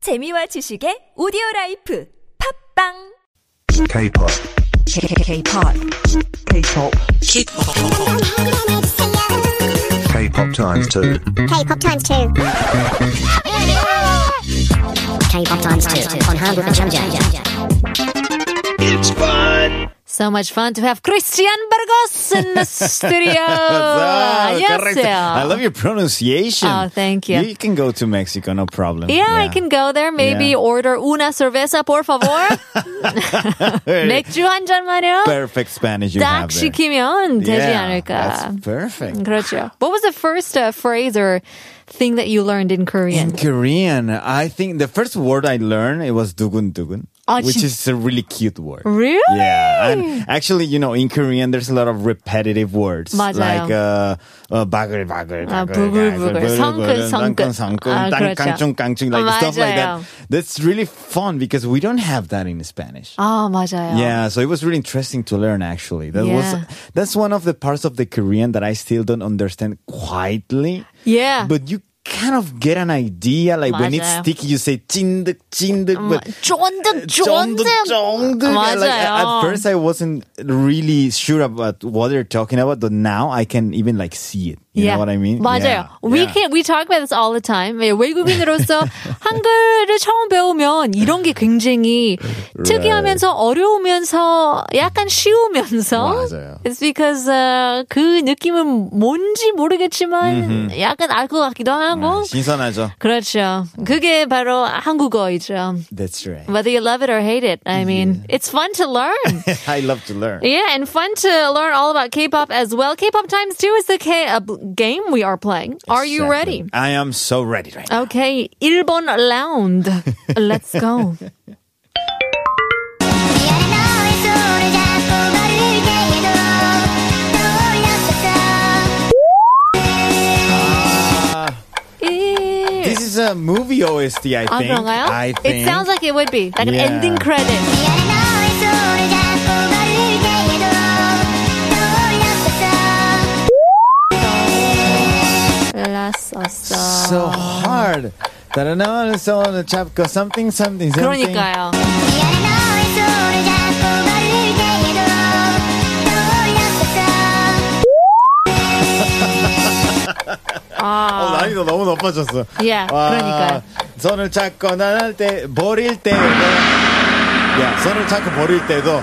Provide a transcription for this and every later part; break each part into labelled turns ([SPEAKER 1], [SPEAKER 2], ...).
[SPEAKER 1] 재미와 지식의 오디오 라이프 팝빵
[SPEAKER 2] K-pop.
[SPEAKER 3] K-pop. K-pop.
[SPEAKER 2] K-pop times two.
[SPEAKER 4] K-pop times two. K-pop times two on Hamburg and Jam.
[SPEAKER 3] So much fun to have Christian Burgos in the studio.
[SPEAKER 5] Wow, correct. I
[SPEAKER 3] 안녕하세요.
[SPEAKER 5] love your pronunciation.
[SPEAKER 3] Oh, thank you.
[SPEAKER 5] You can go to Mexico, no problem.
[SPEAKER 3] Yeah, I can go there. Maybe
[SPEAKER 5] Yeah.
[SPEAKER 3] order una cerveza, por favor. 맥주 한 잔만요.
[SPEAKER 5] Perfect Spanish you
[SPEAKER 3] 딱
[SPEAKER 5] have there.
[SPEAKER 3] 시키면 되지
[SPEAKER 5] Yeah,
[SPEAKER 3] 않을까.
[SPEAKER 5] That's perfect.
[SPEAKER 3] 그렇죠. What was the first uh, phrase or thing that you learned in Korean?
[SPEAKER 5] In Korean, I think the first word I learned it was dugun dugun,
[SPEAKER 3] Ah,
[SPEAKER 5] which
[SPEAKER 3] 진-
[SPEAKER 5] is a really cute word.
[SPEAKER 3] Really?
[SPEAKER 5] Yeah, and actually, you know, in Korean, there's a lot of repetitive words
[SPEAKER 3] 맞아요.
[SPEAKER 5] like uh, uh, bagel, bagel,
[SPEAKER 3] 아,
[SPEAKER 5] bagel,
[SPEAKER 3] 부글부글, 성근, 성근. 아, 그렇죠.
[SPEAKER 5] 깡충, 깡충, like stuff like that.
[SPEAKER 3] 맞아요.
[SPEAKER 5] That's really fun because we don't have that in Spanish.
[SPEAKER 3] 아, Ah, 맞아요.
[SPEAKER 5] Yeah, so it was really interesting to learn actually. That was
[SPEAKER 3] Yeah.
[SPEAKER 5] that's one of the parts of the Korean that I still don't understand quietly.
[SPEAKER 3] Yeah.
[SPEAKER 5] But you kind of get an idea like when it's
[SPEAKER 3] 맞아요.
[SPEAKER 5] sticky you say 찐득 찐득 but
[SPEAKER 3] 쫀득,
[SPEAKER 5] 쫀득,
[SPEAKER 3] 쫀득.
[SPEAKER 5] 쫀득. And, Like,
[SPEAKER 3] 맞아요.
[SPEAKER 5] at first I wasn't really sure about what they're talking about but now I can even like see it. You know what I mean?
[SPEAKER 3] 맞아요.
[SPEAKER 5] Yeah,
[SPEAKER 3] We
[SPEAKER 5] yeah.
[SPEAKER 3] can we talk about this all the time. 예, 외국인으로서 한글을 처음 배우면 이런 게 굉장히 특이하면서 어려우면서 약간 쉬우면서
[SPEAKER 5] 맞아요.
[SPEAKER 3] It's because uh, 그 느낌은 뭔지 모르겠지만 약간 알 것 같기도 하고
[SPEAKER 5] 네, 신선하죠.
[SPEAKER 3] 그렇죠. 그게 바로 한국어이죠.
[SPEAKER 5] That's right.
[SPEAKER 3] Whether you love it or hate it, I mean,
[SPEAKER 5] 예.
[SPEAKER 3] it's fun to learn.
[SPEAKER 5] I love to learn.
[SPEAKER 3] Yeah, and fun to learn all about K-pop as well. K-pop times two is the K uh, b- game we are playing. Are you ready?
[SPEAKER 5] Exactly. I am so ready right now.
[SPEAKER 3] Okay, 1번 라운드. Let's go.
[SPEAKER 5] This is a movie OST, I
[SPEAKER 3] 아,
[SPEAKER 5] think.
[SPEAKER 3] 그런가요?
[SPEAKER 5] I think.
[SPEAKER 3] It sounds like it would be like
[SPEAKER 5] Yeah.
[SPEAKER 3] an ending credit. 라서서.
[SPEAKER 5] so hard. 다른 손을 잡고 something something something.
[SPEAKER 3] 그러니까요.
[SPEAKER 5] 어,
[SPEAKER 3] 아,
[SPEAKER 5] 난이도 너무 높아졌어.
[SPEAKER 3] Yeah, 그러니까요.
[SPEAKER 5] 손을 잡고 나갈 때 버릴 때. 야, 손을 잡고 버릴 때도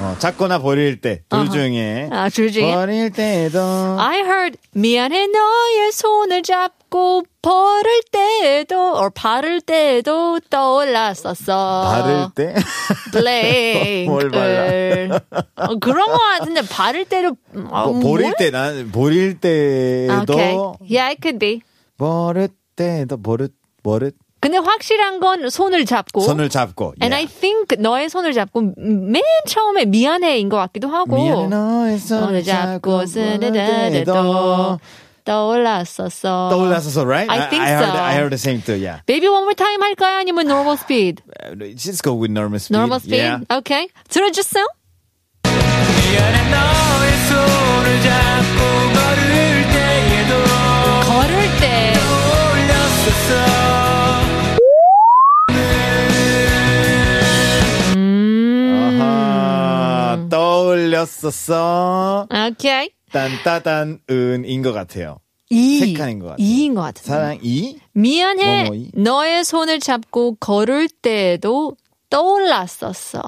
[SPEAKER 5] 어, 잡거나 버릴 때 둘 중에.
[SPEAKER 3] 아, 둘 중에? 아.
[SPEAKER 5] 버릴 때도.
[SPEAKER 3] I heard 미안해 너의 손을 잡고 버릴 때에도 or 바를 때에도 떠올랐었어.
[SPEAKER 5] 바를 때. 뭘
[SPEAKER 3] 블랙을
[SPEAKER 5] 발라?
[SPEAKER 3] 어, 그런 거 같은데 바를 때로 어,
[SPEAKER 5] 아, 버-
[SPEAKER 3] 뭘? 아,
[SPEAKER 5] 버릴 때난 버릴 때도
[SPEAKER 3] Okay. Yeah, it could be.
[SPEAKER 5] 버릴 때도 버릇 버릇
[SPEAKER 3] 근데 확실한 건 손을 잡고.
[SPEAKER 5] 손을 잡고. 예.
[SPEAKER 3] And I
[SPEAKER 5] yeah.
[SPEAKER 3] think 너의 손을 잡고 맨 처음에 미안해인 것 같기도 하고.
[SPEAKER 5] 미안해 너의 손을 잡고
[SPEAKER 3] 스르르르도
[SPEAKER 5] 스르르도
[SPEAKER 3] 떠올랐었어.
[SPEAKER 5] 떠올랐었어, right?
[SPEAKER 3] I think
[SPEAKER 5] I, heard,
[SPEAKER 3] so.
[SPEAKER 5] I heard the same too. Yeah,
[SPEAKER 3] Baby one more time 할까요? 아니면 normal speed?
[SPEAKER 5] Uh, just go with normal speed.
[SPEAKER 3] Normal speed?
[SPEAKER 5] Yeah.
[SPEAKER 3] Okay. 들어주세요. 걸을 때.
[SPEAKER 5] 아하, 떠올렸었어.
[SPEAKER 3] 오케이.
[SPEAKER 5] 딴따단 은인 것 같아요.
[SPEAKER 3] 이.
[SPEAKER 5] 색깔인 것 같아요.
[SPEAKER 3] 이인 것 같아요.
[SPEAKER 5] 사랑 이
[SPEAKER 3] 미안해.
[SPEAKER 5] 뭐뭐이?
[SPEAKER 3] 너의 손을 잡고 걸을 때에도 떠올랐었어.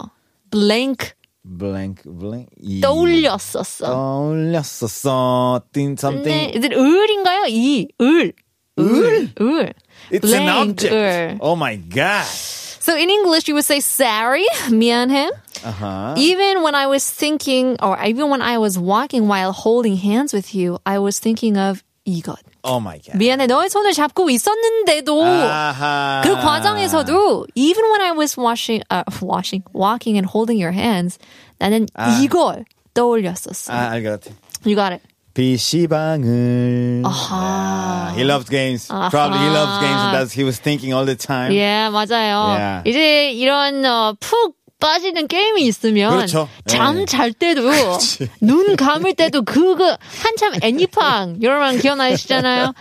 [SPEAKER 3] blank
[SPEAKER 5] blank blank 이
[SPEAKER 3] 떠올렸었어.
[SPEAKER 5] 떠올렸었어. Think
[SPEAKER 3] 근데
[SPEAKER 5] something.
[SPEAKER 3] 이제 을인가요? 이 을. 을. 을.
[SPEAKER 5] It's an
[SPEAKER 3] blank,
[SPEAKER 5] object.
[SPEAKER 3] 을.
[SPEAKER 5] Oh my god.
[SPEAKER 3] So in English you would say sorry, 미안해.
[SPEAKER 5] Uh-huh.
[SPEAKER 3] Even when I was thinking or even when I was walking while holding hands with you, I was thinking of 이것.
[SPEAKER 5] Oh my god.
[SPEAKER 3] 미안해. 너의 손을 잡고 있었는데도
[SPEAKER 5] 아하.
[SPEAKER 3] 그 과정에서도 even when I was washing, uh, washing, walking and holding your hands, 나는 이걸 떠올렸었어.
[SPEAKER 5] 아, 알것 같아.
[SPEAKER 3] You got it.
[SPEAKER 5] PC방을.
[SPEAKER 3] 아하.
[SPEAKER 5] Yeah, he loves games. Probably he loves games and that's he was thinking all the time.
[SPEAKER 3] 예, 맞아요.
[SPEAKER 5] Yeah.
[SPEAKER 3] 이제 이런 어, 푹 빠지는 게임이 있으면
[SPEAKER 5] 그렇죠.
[SPEAKER 3] 잠
[SPEAKER 5] 예.
[SPEAKER 3] 잘 때도 그, 눈 감을 때도 그거 한참 애니팡 여러분 기억나시잖아요.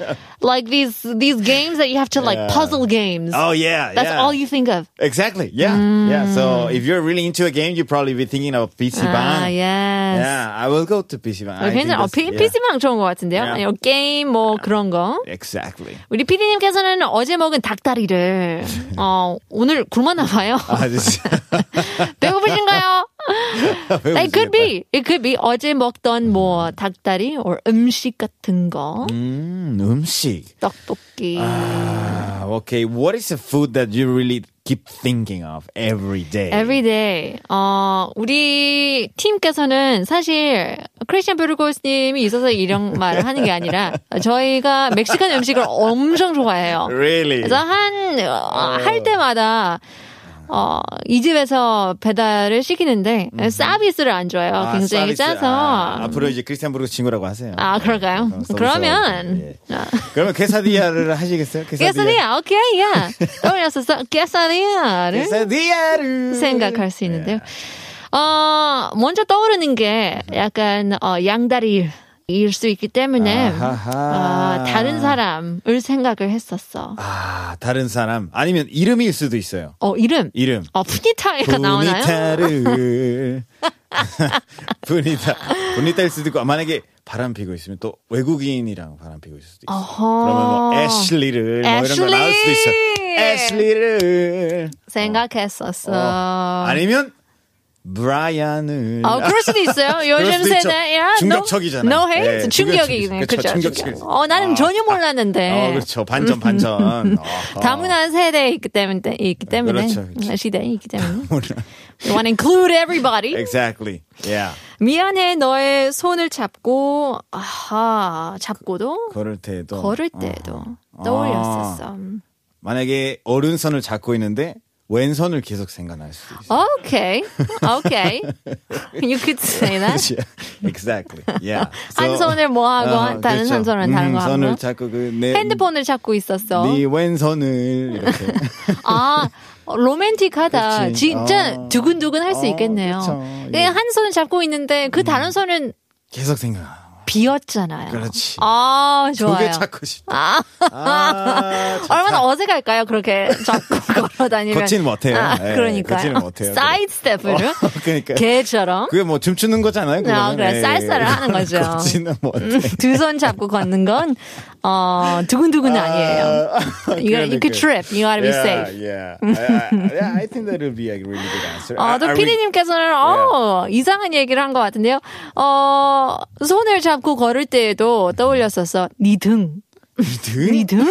[SPEAKER 3] like these these games that you have to like
[SPEAKER 5] Yeah.
[SPEAKER 3] puzzle games.
[SPEAKER 5] Oh yeah,
[SPEAKER 3] That's
[SPEAKER 5] yeah.
[SPEAKER 3] all you Mm. think of.
[SPEAKER 5] Exactly. Yeah. Yeah. So if you're really into a game, you probably be thinking of PC
[SPEAKER 3] 아,
[SPEAKER 5] 방.
[SPEAKER 3] Ah, yes.
[SPEAKER 5] Yeah, I will go to PC 방.
[SPEAKER 3] 어, 굉장히 어, 피, PC방 좋은 것 같은데요.
[SPEAKER 5] Yeah.
[SPEAKER 3] 아니요, 게임 뭐 그런 거.
[SPEAKER 5] Exactly.
[SPEAKER 3] 우리 피디님께서는 어제 먹은 닭다리를 어, 오늘 굶었나 봐요.
[SPEAKER 5] 아, 진짜.
[SPEAKER 3] 배고프신가요? It could be. It could be. 어제 먹던 뭐 닭다리 or 음식 같은 거.
[SPEAKER 5] 음, 음식.
[SPEAKER 3] 떡볶이.
[SPEAKER 5] Hmm, Ah, okay. What is a food that you really keep thinking of every day?
[SPEAKER 3] Every day. 어, 우리 팀께서는 사실 크리스천 베르고스 님이 있어서 이런 말을 하는 게 아니라 저희가 멕시칸 음식을 엄청 좋아해요.
[SPEAKER 5] Really?
[SPEAKER 3] 그래서 한, 어, 할 때마다 어, 이 집에서 배달을 시키는데 서비스를 안 줘요.
[SPEAKER 5] 음. 아, 서비스.
[SPEAKER 3] 굉장히 짜서.
[SPEAKER 5] 아,
[SPEAKER 3] 아,
[SPEAKER 5] Ah, 앞으로 이제 크리스탄 부르고 친구라고 하세요.
[SPEAKER 3] 그럴까요?
[SPEAKER 5] 그럼 서비스
[SPEAKER 3] 그러면. 아.
[SPEAKER 5] 예. 그러면 quesadilla를 하시겠어요?
[SPEAKER 3] 깨사리야, 예, 아, 오케이, 야. 떠올렸었어.
[SPEAKER 5] 예,
[SPEAKER 3] 깨사리야를
[SPEAKER 5] quesadilla를
[SPEAKER 3] 생각할 수 있는데요.
[SPEAKER 5] 예.
[SPEAKER 3] 어, 먼저 떠오르는 게 약간, 어, 양다리. 일 수 있기 때문에
[SPEAKER 5] 아하하.
[SPEAKER 3] 어, 다른 사람을 생각을 했었어.
[SPEAKER 5] 아, 다른 사람 아니면 이름일 수도 있어요.
[SPEAKER 3] 어 이름,
[SPEAKER 5] 이름. 어.
[SPEAKER 3] 어 푸니타가 나오나요?
[SPEAKER 5] 분이타르. 분이타. 분이타일 수도 있고 만약에 바람 피고 있으면 또 외국인이랑 바람 피고 있을 수도 있어. 요
[SPEAKER 3] 어허.
[SPEAKER 5] 그러면 뭐 애슐리를 뭐 이런 거 나올 수도 있어.
[SPEAKER 3] 애슐리.
[SPEAKER 5] 애슐리를.
[SPEAKER 3] 생각했었어.
[SPEAKER 5] 어. 아니면 브라이언을.
[SPEAKER 3] 어, 그럴 수도 있어요.
[SPEAKER 5] 그럴
[SPEAKER 3] 요즘
[SPEAKER 5] 수도 있죠.
[SPEAKER 3] 세대, 야,
[SPEAKER 5] 충격적이잖아요.
[SPEAKER 3] No, no hate?
[SPEAKER 5] 예,
[SPEAKER 3] 충격이네.
[SPEAKER 5] 충격적이죠.
[SPEAKER 3] 그죠?
[SPEAKER 5] 충격적이죠.
[SPEAKER 3] 어, 나는 전혀 몰랐는데.
[SPEAKER 5] 아. 어, 그렇죠. 반전 반전. 어허.
[SPEAKER 3] 다문화 세대에 있기 때문에, 있기 때문에. 아,
[SPEAKER 5] 그렇죠, 그렇죠.
[SPEAKER 3] 시대에 있기 때문에. We want to include everybody.
[SPEAKER 5] Exactly. Yeah.
[SPEAKER 3] 미안해, 너의 손을 잡고, 아하, 잡고도,
[SPEAKER 5] 걸을 때도
[SPEAKER 3] 걸을 때도
[SPEAKER 5] 어.
[SPEAKER 3] 떠올렸었어.
[SPEAKER 5] 아. 만약에 오른손을 잡고 있는데 왼손을 계속 생각날 수도 있어.
[SPEAKER 3] Okay, okay. You could say that.
[SPEAKER 5] exactly. Yeah. 아,
[SPEAKER 3] 네?
[SPEAKER 5] 그렇죠. 음,
[SPEAKER 3] 한 손을 뭐 하고 한- 다른 한 손은 다른 거 하고.
[SPEAKER 5] 손을 자꾸 그내
[SPEAKER 3] 핸드폰을 잡고 있었어.
[SPEAKER 5] 네 왼손을 이렇게.
[SPEAKER 3] 아, 로맨틱하다.
[SPEAKER 5] 그렇지.
[SPEAKER 3] 진짜
[SPEAKER 5] 어.
[SPEAKER 3] 두근두근 할 수
[SPEAKER 5] 어,
[SPEAKER 3] 있겠네요.
[SPEAKER 5] 그쵸. 예.
[SPEAKER 3] 그냥 한 손은 잡고 있는데 그 다른 손은
[SPEAKER 5] 계속 생각.
[SPEAKER 3] 비었잖아요.
[SPEAKER 5] 그렇지.
[SPEAKER 3] 아,
[SPEAKER 5] 조개
[SPEAKER 3] 좋아요.
[SPEAKER 5] 찾고 싶다.
[SPEAKER 3] 아,
[SPEAKER 5] 아, 참.
[SPEAKER 3] 얼마나 어색할까요? 그렇게 잡고 걸어 다니면.
[SPEAKER 5] 걷지는 못해요.
[SPEAKER 3] 아,
[SPEAKER 5] 예,
[SPEAKER 3] 그러니까요.
[SPEAKER 5] 걷지는 못해요.
[SPEAKER 3] 사이드 스텝으로.
[SPEAKER 5] 어, 그러니까요.
[SPEAKER 3] 개처럼.
[SPEAKER 5] 그게 뭐 춤추는 거잖아요.
[SPEAKER 3] 아,
[SPEAKER 5] 그거는.
[SPEAKER 3] 그래.
[SPEAKER 5] 예,
[SPEAKER 3] 쌀쌀을
[SPEAKER 5] 예.
[SPEAKER 3] 하는 거죠.
[SPEAKER 5] 걷지는 뭐 못해.
[SPEAKER 3] 음, 두 손 잡고 걷는 건, 어, 두근두근은 아, 니에요 You, gotta- you could trip. You gotta be safe.
[SPEAKER 5] 그러니까. Yeah, yeah. I, I, I think that would be a really good answer.
[SPEAKER 3] 어, 또
[SPEAKER 5] Are we-
[SPEAKER 3] 피디님께서는 어 이상한 얘기를 한 것 같은데요. 어 손을 잡고 걸을 때에도 떠올렸었어. 니 등,
[SPEAKER 5] 등?
[SPEAKER 3] 니 등.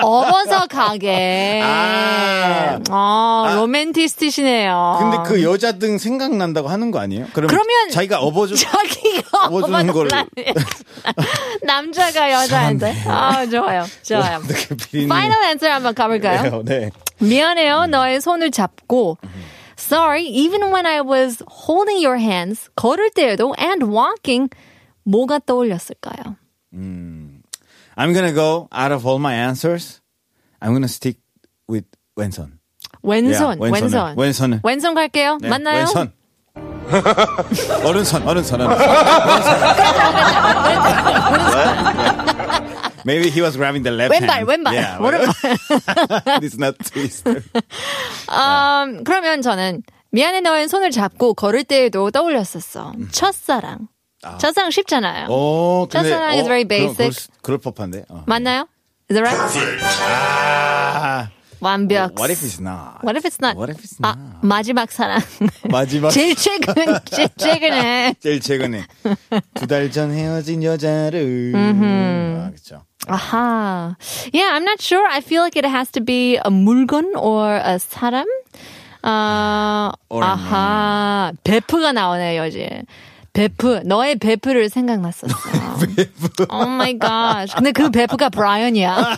[SPEAKER 3] 업어서 가게.
[SPEAKER 5] 아.
[SPEAKER 3] 어 로맨티스트시네요.
[SPEAKER 5] 근데 그 여자 등 생각난다고 하는 거 아니에요? 그러면,
[SPEAKER 3] 아, 그러면-
[SPEAKER 5] 자기가 업어줘.
[SPEAKER 3] 자기가
[SPEAKER 5] 아, 뭐 업어주는
[SPEAKER 3] 업어달라는
[SPEAKER 5] 걸-
[SPEAKER 3] 얘기. 남자가 여자한테. 아 좋아요, 좋아요.
[SPEAKER 5] 뭐 어떻게 피디님.
[SPEAKER 3] 파이널 앤서 한번 가볼까요?
[SPEAKER 5] 네.
[SPEAKER 3] 미안해요. 너의 손을 잡고. Sorry, even when I was holding your hands, 걸을 때에도 and walking, 뭐가 떠올렸을까요?
[SPEAKER 5] I'm gonna go out of all my answers. I'm gonna stick with 왼손.
[SPEAKER 3] 왼손,
[SPEAKER 5] 야, 왼손은,
[SPEAKER 3] 왼손.
[SPEAKER 5] 왼손은.
[SPEAKER 3] 왼손 갈게요.
[SPEAKER 5] 네,
[SPEAKER 3] 맞나요?
[SPEAKER 5] 왼손. 어른손, 어른손, 어른손. Maybe he was grabbing the left
[SPEAKER 3] 왼발,
[SPEAKER 5] hand.
[SPEAKER 3] 왼발.
[SPEAKER 5] Yeah, It's not twisted.
[SPEAKER 3] 음, 그러면 저는 미안해 너의 손을 잡고 걸을 때에도 떠올렸었어. 첫사랑. 첫사랑 쉽잖아요.
[SPEAKER 5] 음. 오, 어, 근데
[SPEAKER 3] 첫사랑 is very
[SPEAKER 5] 그럼 그럴
[SPEAKER 3] basic.
[SPEAKER 5] 수- 그럴 법한데. 어.
[SPEAKER 3] 맞나요? Is that right?
[SPEAKER 5] 아,
[SPEAKER 3] 완벽.
[SPEAKER 5] 네. what if it's not?
[SPEAKER 3] What if it's not?
[SPEAKER 5] What if it's
[SPEAKER 3] 아,
[SPEAKER 5] not?
[SPEAKER 3] 마지막 사랑.
[SPEAKER 5] 마지막
[SPEAKER 3] 제일 최근, 제일 최근에.
[SPEAKER 5] 제일 최근에 두 달 전 헤어진 여자를 아 그렇죠.
[SPEAKER 3] Aha. Yeah, I'm not sure. I feel like it has to be a 물건 or a 사람. Uh,
[SPEAKER 5] Or a
[SPEAKER 3] 아하. 베프가 나오네요, 이제. 베프. 너의 베프를 생각났었어. Oh my gosh. 근데 그 베프가
[SPEAKER 5] 아,
[SPEAKER 3] 브라이언이야.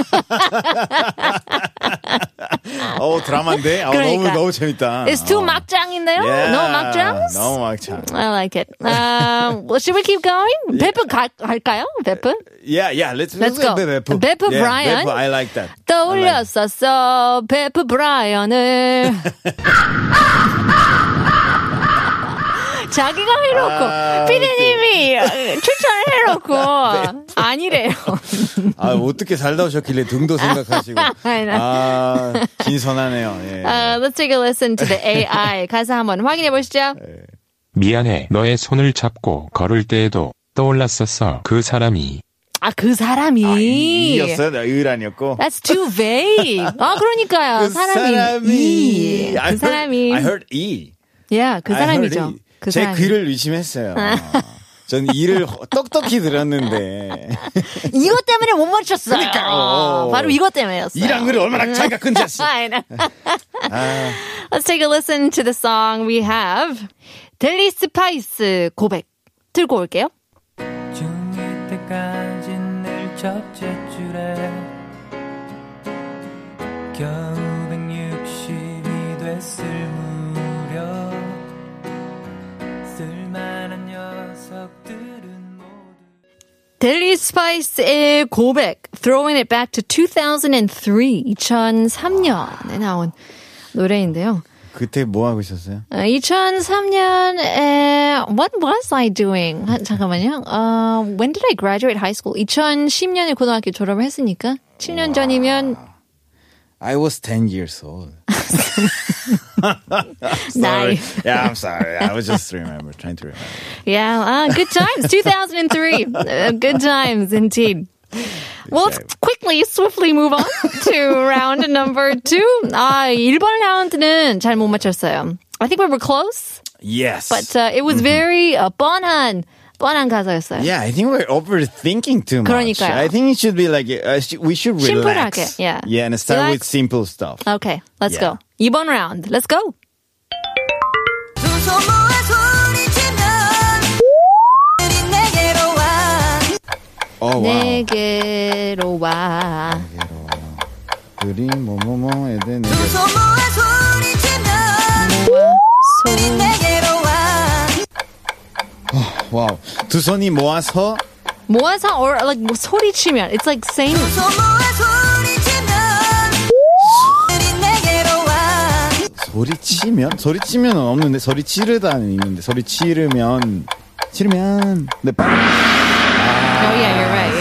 [SPEAKER 5] 어 드라마인데 아,
[SPEAKER 3] 그러니까.
[SPEAKER 5] 너무 너무 재밌다.
[SPEAKER 3] It's too
[SPEAKER 5] 어.
[SPEAKER 3] 막장인데요?
[SPEAKER 5] Yeah.
[SPEAKER 3] No 막장s?
[SPEAKER 5] 너무 막장.
[SPEAKER 3] I like it. Um, well, should we keep going? 베프 갈, 갈까요? 베프?
[SPEAKER 5] Yeah, yeah. Let's
[SPEAKER 3] Let's go.
[SPEAKER 5] 베프.
[SPEAKER 3] 베프
[SPEAKER 5] yeah,
[SPEAKER 3] 브라이언.
[SPEAKER 5] 베프, I like that.
[SPEAKER 3] 떠올렸었어 베프 브라이언을 자기가 해놓고
[SPEAKER 5] 아,
[SPEAKER 3] 피디님이 추천을 해놓고 아니래요.
[SPEAKER 5] 아, 어떻게 살다 오셨길래 등도 생각하시고. 아, 신선하네요. 예.
[SPEAKER 3] Uh, let's take a listen to the AI. 가사 한번 확인해 보시죠.
[SPEAKER 6] 미안해. 너의 손을 잡고 걸을 때에도 떠올랐었어. 그 사람이.
[SPEAKER 3] 아 그 사람이.
[SPEAKER 5] 아, 이- 이였어요? 나 을 아니었고.
[SPEAKER 3] That's too vague. 아 그러니까요. 사람이.
[SPEAKER 5] I
[SPEAKER 3] 이. 그
[SPEAKER 5] heard-
[SPEAKER 3] 사람이.
[SPEAKER 5] I heard E.
[SPEAKER 3] yeah, 그
[SPEAKER 5] I heard
[SPEAKER 3] 사람이죠.
[SPEAKER 5] E.
[SPEAKER 3] 그
[SPEAKER 5] 제
[SPEAKER 3] 사람이.
[SPEAKER 5] 귀를 의심했어요. 전 이를 허- 똑똑히 들었는데.
[SPEAKER 3] 이것 때문에 못 맞췄어요.
[SPEAKER 5] 그러니까요.
[SPEAKER 3] 바로 이것 때문에였어요.
[SPEAKER 5] 이랑 아. 을을 얼마나 차이가 큰지 알았어.
[SPEAKER 3] I know. Let's take a listen to the song we have. 델리 스파이스 고백 들고 올게요.
[SPEAKER 7] 죽을 때까진 늘 첫째 줄에 겨우 160이 됐을 무렵 쓸만한 녀석들은 모두
[SPEAKER 3] 델리 스파이스의 고백 Throwing It Back to 2003 2003년에 나온 노래인데요.
[SPEAKER 5] 그때 뭐 하고 있었어요?
[SPEAKER 3] 2003년에 What was I doing? 아, 잠깐만요. 어, when did I graduate high school? 2010년에 고등학교 졸업을 했으니까 7년 전이면
[SPEAKER 5] I was 10 years old.
[SPEAKER 3] 나이.
[SPEAKER 5] Sorry. Yeah, I'm sorry. I was just remember trying to remember.
[SPEAKER 3] Yeah, uh, good times. 2003. Uh, good times indeed. Well, let's quickly, swiftly move on to round number two. 아, 1번 라운드는 잘 못 맞췄어요. I think we were close,
[SPEAKER 5] Yes.
[SPEAKER 3] but uh, it was very uh, 뻔한, 뻔한 가사였어요.
[SPEAKER 5] Mm-hmm. yeah, I think we're overthinking too much.
[SPEAKER 3] 그러니까요.
[SPEAKER 5] I think it should be like uh, sh- we should relax.
[SPEAKER 3] 심플하게, yeah.
[SPEAKER 5] Yeah, and start
[SPEAKER 3] Relax.
[SPEAKER 5] with simple stuff.
[SPEAKER 3] Okay, let's
[SPEAKER 5] Yeah.
[SPEAKER 3] go. 2번 round, let's go.
[SPEAKER 5] Oh
[SPEAKER 3] 네.
[SPEAKER 5] wow.
[SPEAKER 3] 내게로 와.
[SPEAKER 5] 그림 뭐뭐뭐 애들 내게
[SPEAKER 3] 모아 손.
[SPEAKER 5] 와우. 두 손이 모아서
[SPEAKER 3] 모아서 or like 뭐 소리치면 it's like saying
[SPEAKER 5] 소리 치면 소리 치면은 없는데 소리 치르다는 있는데 소리 치르면 치르면 네 빨리
[SPEAKER 3] oh yeah you're right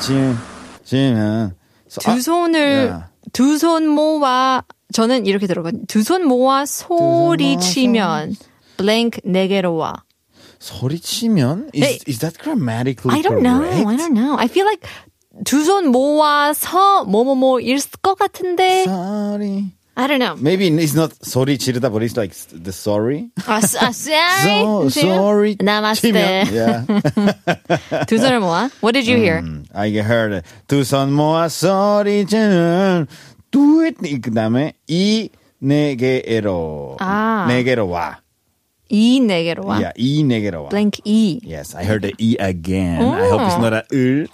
[SPEAKER 5] 소리 치 치면 소- 아,
[SPEAKER 3] 두 손을
[SPEAKER 5] 야.
[SPEAKER 3] 두 손 모아 저는 이렇게 들어거든요. 두 손 모아 소리치면 blank 내게로 와.
[SPEAKER 5] 소리 치면 is,
[SPEAKER 3] 네.
[SPEAKER 5] is that grammatically
[SPEAKER 3] I don't know. I
[SPEAKER 5] correct?
[SPEAKER 3] don't know. I feel like 두 손 모아서 뭐뭐뭐일 것 같은데
[SPEAKER 5] Sorry.
[SPEAKER 3] I don't know.
[SPEAKER 5] Maybe it's not 소리 지르다, but it's like the sorry.
[SPEAKER 3] 아, s- 아,
[SPEAKER 5] So,
[SPEAKER 3] sorry.
[SPEAKER 5] sorry. 치면,
[SPEAKER 3] 아, 나마스테.
[SPEAKER 5] Yeah.
[SPEAKER 3] 두 손을 모아. What did you hear?
[SPEAKER 5] I heard it. 두손 모아 소리 지르는 do it. 이 그다음에 이네 내게로
[SPEAKER 3] 아.
[SPEAKER 5] 내게로 와.
[SPEAKER 3] 이 내게로 와.
[SPEAKER 5] Yeah, 이 내게로 와.
[SPEAKER 3] blank e.
[SPEAKER 5] Yes, I heard the E again. I hope it's not a 을.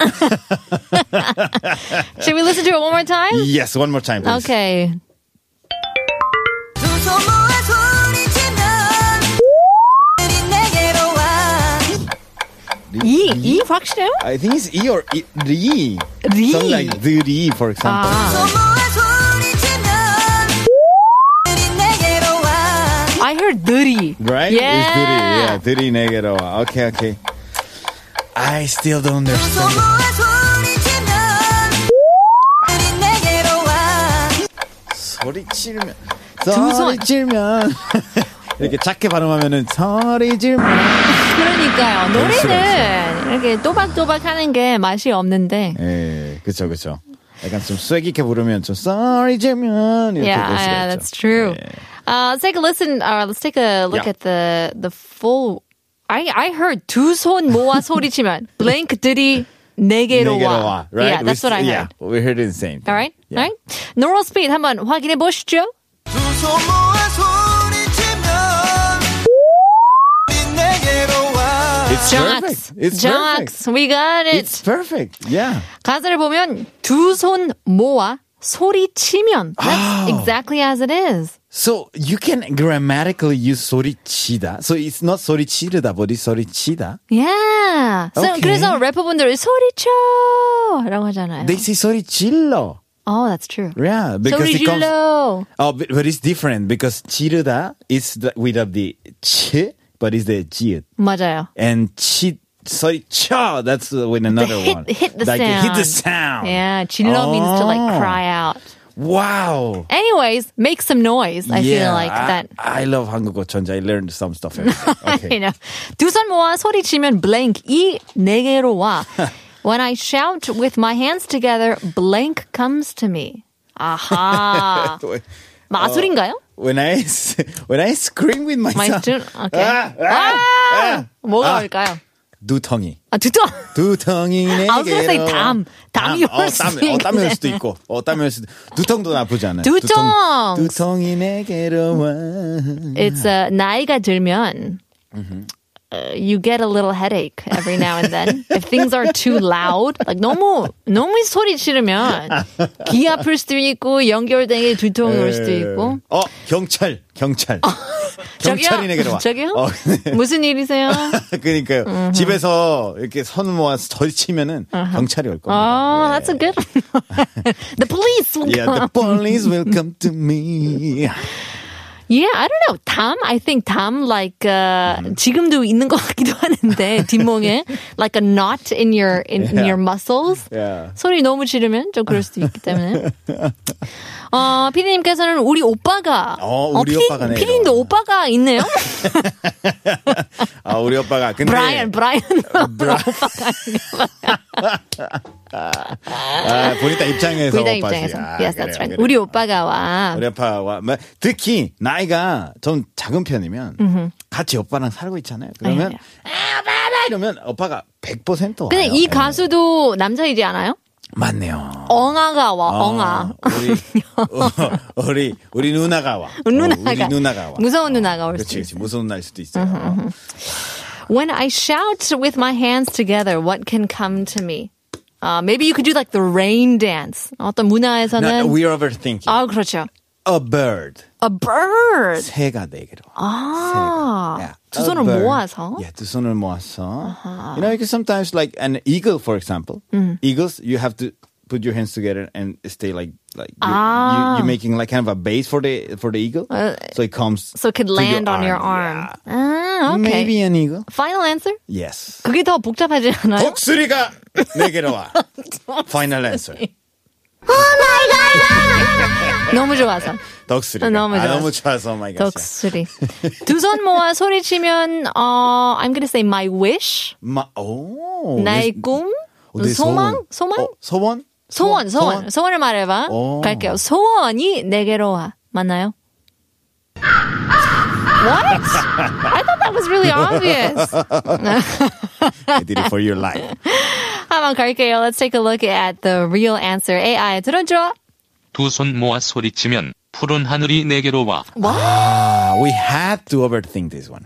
[SPEAKER 3] Should we listen to it one more time?
[SPEAKER 5] E. yes, one more time, please.
[SPEAKER 3] Okay. 이, 이 확실해요?
[SPEAKER 5] I think it's E or E. 리.
[SPEAKER 3] 리.
[SPEAKER 5] Something like the 리, for example.
[SPEAKER 3] Ah. I heard 느리.
[SPEAKER 5] Right?
[SPEAKER 3] Yeah.
[SPEAKER 5] It's Duri. Yeah, Duri Negro. Okay, okay. I still don't understand. 소리 지르면 소리 지르면 이렇게 작게 발음하면은 소리 지르면
[SPEAKER 3] 그러니까요.
[SPEAKER 5] 수가
[SPEAKER 3] 노래는 이렇게 또박또박 하는 게 맛이 없는데.
[SPEAKER 5] 예, 그쵸 그쵸. 약간 좀 쐐기 있게 부르면 좀 소리 지르면 이렇게
[SPEAKER 3] Yeah,
[SPEAKER 5] 될 수가
[SPEAKER 3] yeah,
[SPEAKER 5] 있죠.
[SPEAKER 3] that's true.
[SPEAKER 5] 예.
[SPEAKER 3] Uh, let's take a listen. Uh, let's take a look
[SPEAKER 5] Yeah.
[SPEAKER 3] at the the full. I I heard 두 손 모아 소리치면 blank들이 네 개로
[SPEAKER 5] 네게로
[SPEAKER 3] 와.
[SPEAKER 5] 와, right?
[SPEAKER 3] Yeah, that's
[SPEAKER 5] We-
[SPEAKER 3] what I
[SPEAKER 5] yeah,
[SPEAKER 3] heard.
[SPEAKER 5] we heard it the same. thing.
[SPEAKER 3] All right,
[SPEAKER 5] Yeah.
[SPEAKER 3] all right. Neural speed 한번 확인해 보시죠.
[SPEAKER 5] It's perfect.
[SPEAKER 3] 정확스,
[SPEAKER 5] It's perfect.
[SPEAKER 3] 정확스. We got it.
[SPEAKER 5] It's perfect. Yeah.
[SPEAKER 3] 가사를 보면 두 손 모아 소리치면
[SPEAKER 5] 아.
[SPEAKER 3] that's exactly as it is.
[SPEAKER 5] So you can grammatically use 소리치다. So it's not 소리치르다, but it's 소리치다.
[SPEAKER 3] Yeah. So
[SPEAKER 5] Okay.
[SPEAKER 3] 그래서 래퍼분들 소리쳐라고 하잖아요.
[SPEAKER 5] They say 소리질러.
[SPEAKER 3] Oh, that's true.
[SPEAKER 5] Yeah, because it comes.
[SPEAKER 3] 소리질러.
[SPEAKER 5] Oh, but, but it's different because 치르다 is the, without the 치, but is there 지읒?
[SPEAKER 3] 맞아요.
[SPEAKER 5] And 치, 소리 쳐. That's with another
[SPEAKER 3] hit-
[SPEAKER 5] one.
[SPEAKER 3] hit the
[SPEAKER 5] like Hit the sound.
[SPEAKER 3] sound. Yeah, 질러 means to like
[SPEAKER 5] Oh.
[SPEAKER 3] cry out.
[SPEAKER 5] Wow.
[SPEAKER 3] Anyways, make some noise. I feel like
[SPEAKER 5] I,
[SPEAKER 3] that.
[SPEAKER 5] I love 한국어 전자. I learned some stuff. every day.
[SPEAKER 3] you
[SPEAKER 5] Okay.
[SPEAKER 3] know, 두손 모아 소리 치면 blank 이네 개로 와. When I shout with my hands together, blank comes to me. 아하.
[SPEAKER 5] 어.
[SPEAKER 3] 마술인가요?
[SPEAKER 5] When I s- when I scream with my,
[SPEAKER 3] My
[SPEAKER 5] sound,
[SPEAKER 3] student. Okay.
[SPEAKER 5] 아,
[SPEAKER 3] 아,
[SPEAKER 5] 아, 아.
[SPEAKER 3] 뭐가
[SPEAKER 5] 아.
[SPEAKER 3] 올까요?
[SPEAKER 5] 두텅이
[SPEAKER 3] 아, 두통.
[SPEAKER 5] 두텅이 내게
[SPEAKER 3] I was gonna say 담. 담이 올
[SPEAKER 5] 어,
[SPEAKER 3] 수도
[SPEAKER 5] 땀, 어, 땀이
[SPEAKER 3] 있는데.
[SPEAKER 5] 올 수도 있고 어, 땀이 올 수도 두텅도 나쁘지 않아요
[SPEAKER 3] 두통.
[SPEAKER 5] 두텅, 두텅이 내게로 와
[SPEAKER 3] It's uh, 나이가 들면 uh, you get a little headache every now and then if things are too loud. Like 너무 너무 소리 지르면 귀 아플 수도 있고 연결된 게 두통이 올 수도 있고. 어.
[SPEAKER 5] 어 경찰 경찰 경찰이 내게로 와
[SPEAKER 3] 저기요?
[SPEAKER 5] 어,
[SPEAKER 3] 무슨 일이세요?
[SPEAKER 5] 그러니까요 집에서 이렇게 손 모아서 덜치면은 경찰이 올 겁니다
[SPEAKER 3] Oh, that's a good. one. the police will
[SPEAKER 5] Yeah, the
[SPEAKER 3] come.
[SPEAKER 5] police will come to me.
[SPEAKER 3] Yeah, I don't know. 담, I think 담 like uh,
[SPEAKER 5] Mm-hmm.
[SPEAKER 3] 지금도 있는 것 같기도 하는데 뒷목에 like a knot in your in, in your muscles.
[SPEAKER 5] Yeah.
[SPEAKER 3] 소리 너무 지르면 좀 그럴 수도 있기 때문에. 어, 피디님께서는 우리 오빠가.
[SPEAKER 5] 어, 우리 오빠가네요.
[SPEAKER 3] 피디님도 오빠가 있네요?
[SPEAKER 5] 아, 우리 오빠가. 근데
[SPEAKER 3] 브라이언, 브라이언.
[SPEAKER 5] 아, 보니까 입장에서
[SPEAKER 3] 우리
[SPEAKER 5] 오빠지.
[SPEAKER 3] 입장에서.
[SPEAKER 5] 아, 그래요,
[SPEAKER 3] yes, that's right.
[SPEAKER 5] 그래요.
[SPEAKER 3] 우리 오빠가 와.
[SPEAKER 5] 우리 아빠와 뭐, 특히 나이가 좀 작은 편이면 같이 오빠랑 살고 있잖아요. 그러면
[SPEAKER 3] 네.
[SPEAKER 5] 아, 오빠다 이러면 오빠가 100%
[SPEAKER 3] 근데
[SPEAKER 5] 와요.
[SPEAKER 3] 이
[SPEAKER 5] 네.
[SPEAKER 3] 가수도 남자이지 않아요?
[SPEAKER 5] 맞네요.
[SPEAKER 3] 엉아가 와, 엉아.
[SPEAKER 5] 어, 우리 어, 우리 우리 누나가 와. 어,
[SPEAKER 3] 누나가.
[SPEAKER 5] 우리 누나가 와. 아,
[SPEAKER 3] 무서운 누나가 올
[SPEAKER 5] 그렇지,
[SPEAKER 3] 수도
[SPEAKER 5] 그렇지.
[SPEAKER 3] 있어요.
[SPEAKER 5] 무서운 날 수도 있어요.
[SPEAKER 3] When I shout with my hands together, what can come to me? Uh, maybe you could do like the rain dance. 어떤 문화에서는
[SPEAKER 5] No, we're overthinking.
[SPEAKER 3] 아 그렇죠.
[SPEAKER 5] A bird.
[SPEAKER 3] A bird.
[SPEAKER 5] 새가 내게로.
[SPEAKER 3] 아,
[SPEAKER 5] Yeah.
[SPEAKER 3] 두
[SPEAKER 5] A
[SPEAKER 3] 손을
[SPEAKER 5] bird.
[SPEAKER 3] 모아서.
[SPEAKER 5] Yeah, 두 손을 모아서. You know, because sometimes like an eagle, for example, eagles, you have to put your hands together and stay like like you,
[SPEAKER 3] Ah.
[SPEAKER 5] you, are making like kind of a base for the for the eagle, so it comes.
[SPEAKER 3] So it could
[SPEAKER 5] to
[SPEAKER 3] land on your arm. Ah, okay.
[SPEAKER 5] Maybe an eagle.
[SPEAKER 3] Final answer?
[SPEAKER 5] Yes.
[SPEAKER 3] 그게 더 복잡하지 않아요?
[SPEAKER 5] 독수리가 내게로 와. Final answer.
[SPEAKER 3] 너무 좋아서.
[SPEAKER 5] 독수리.
[SPEAKER 3] 너무
[SPEAKER 5] 아,
[SPEAKER 3] 좋았어.
[SPEAKER 5] 너무 좋아서 oh my god.
[SPEAKER 3] 독수리. 두 손 모아 소리치면 어, I'm gonna say my wish.
[SPEAKER 5] 마, 오.
[SPEAKER 3] 나의
[SPEAKER 5] 내-
[SPEAKER 3] 꿈.
[SPEAKER 5] 어, 내
[SPEAKER 3] 소망? 소망?
[SPEAKER 5] 어, 소원? 어.
[SPEAKER 3] 소원, 소원. 소원을 말해봐.
[SPEAKER 5] 오.
[SPEAKER 3] 갈게요. 소원이 내게로 와. 맞나요? What? I thought that was really obvious.
[SPEAKER 5] I did it for your life.
[SPEAKER 3] 한번 갈게요. Let's take a look at the real answer. AI 들어줘.
[SPEAKER 6] 두 손 모아 소리치면 푸른 하늘이 내게로 와.
[SPEAKER 5] Uh, we had to overthink this one.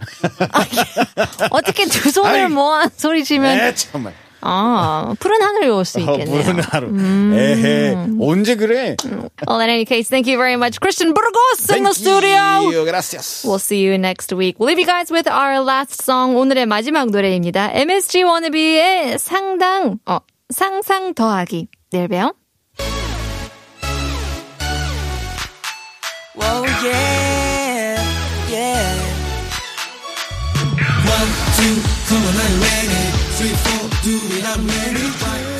[SPEAKER 3] 어떻게 두 손을
[SPEAKER 5] 아이.
[SPEAKER 3] 모아 소리치면
[SPEAKER 5] 에, 정말.
[SPEAKER 3] 아 푸른 하늘이 올 수
[SPEAKER 5] 어,
[SPEAKER 3] 있겠네요.
[SPEAKER 5] 부른 하루. 에헤. 언제 그래?
[SPEAKER 3] Well, in any case, thank you very much, Christian Burgos in the
[SPEAKER 5] Thank
[SPEAKER 3] studio.
[SPEAKER 5] you. Gracias.
[SPEAKER 3] We'll see you next week. We'll leave you guys with our last song. 오늘의 마지막 노래입니다. MSG 원너비의 상당, 어, 상상 더하기. 내일 봬요.
[SPEAKER 7] Whoa, yeah, yeah. One, two, come on, I'm ready. Three, four, do it, I'm ready. Five,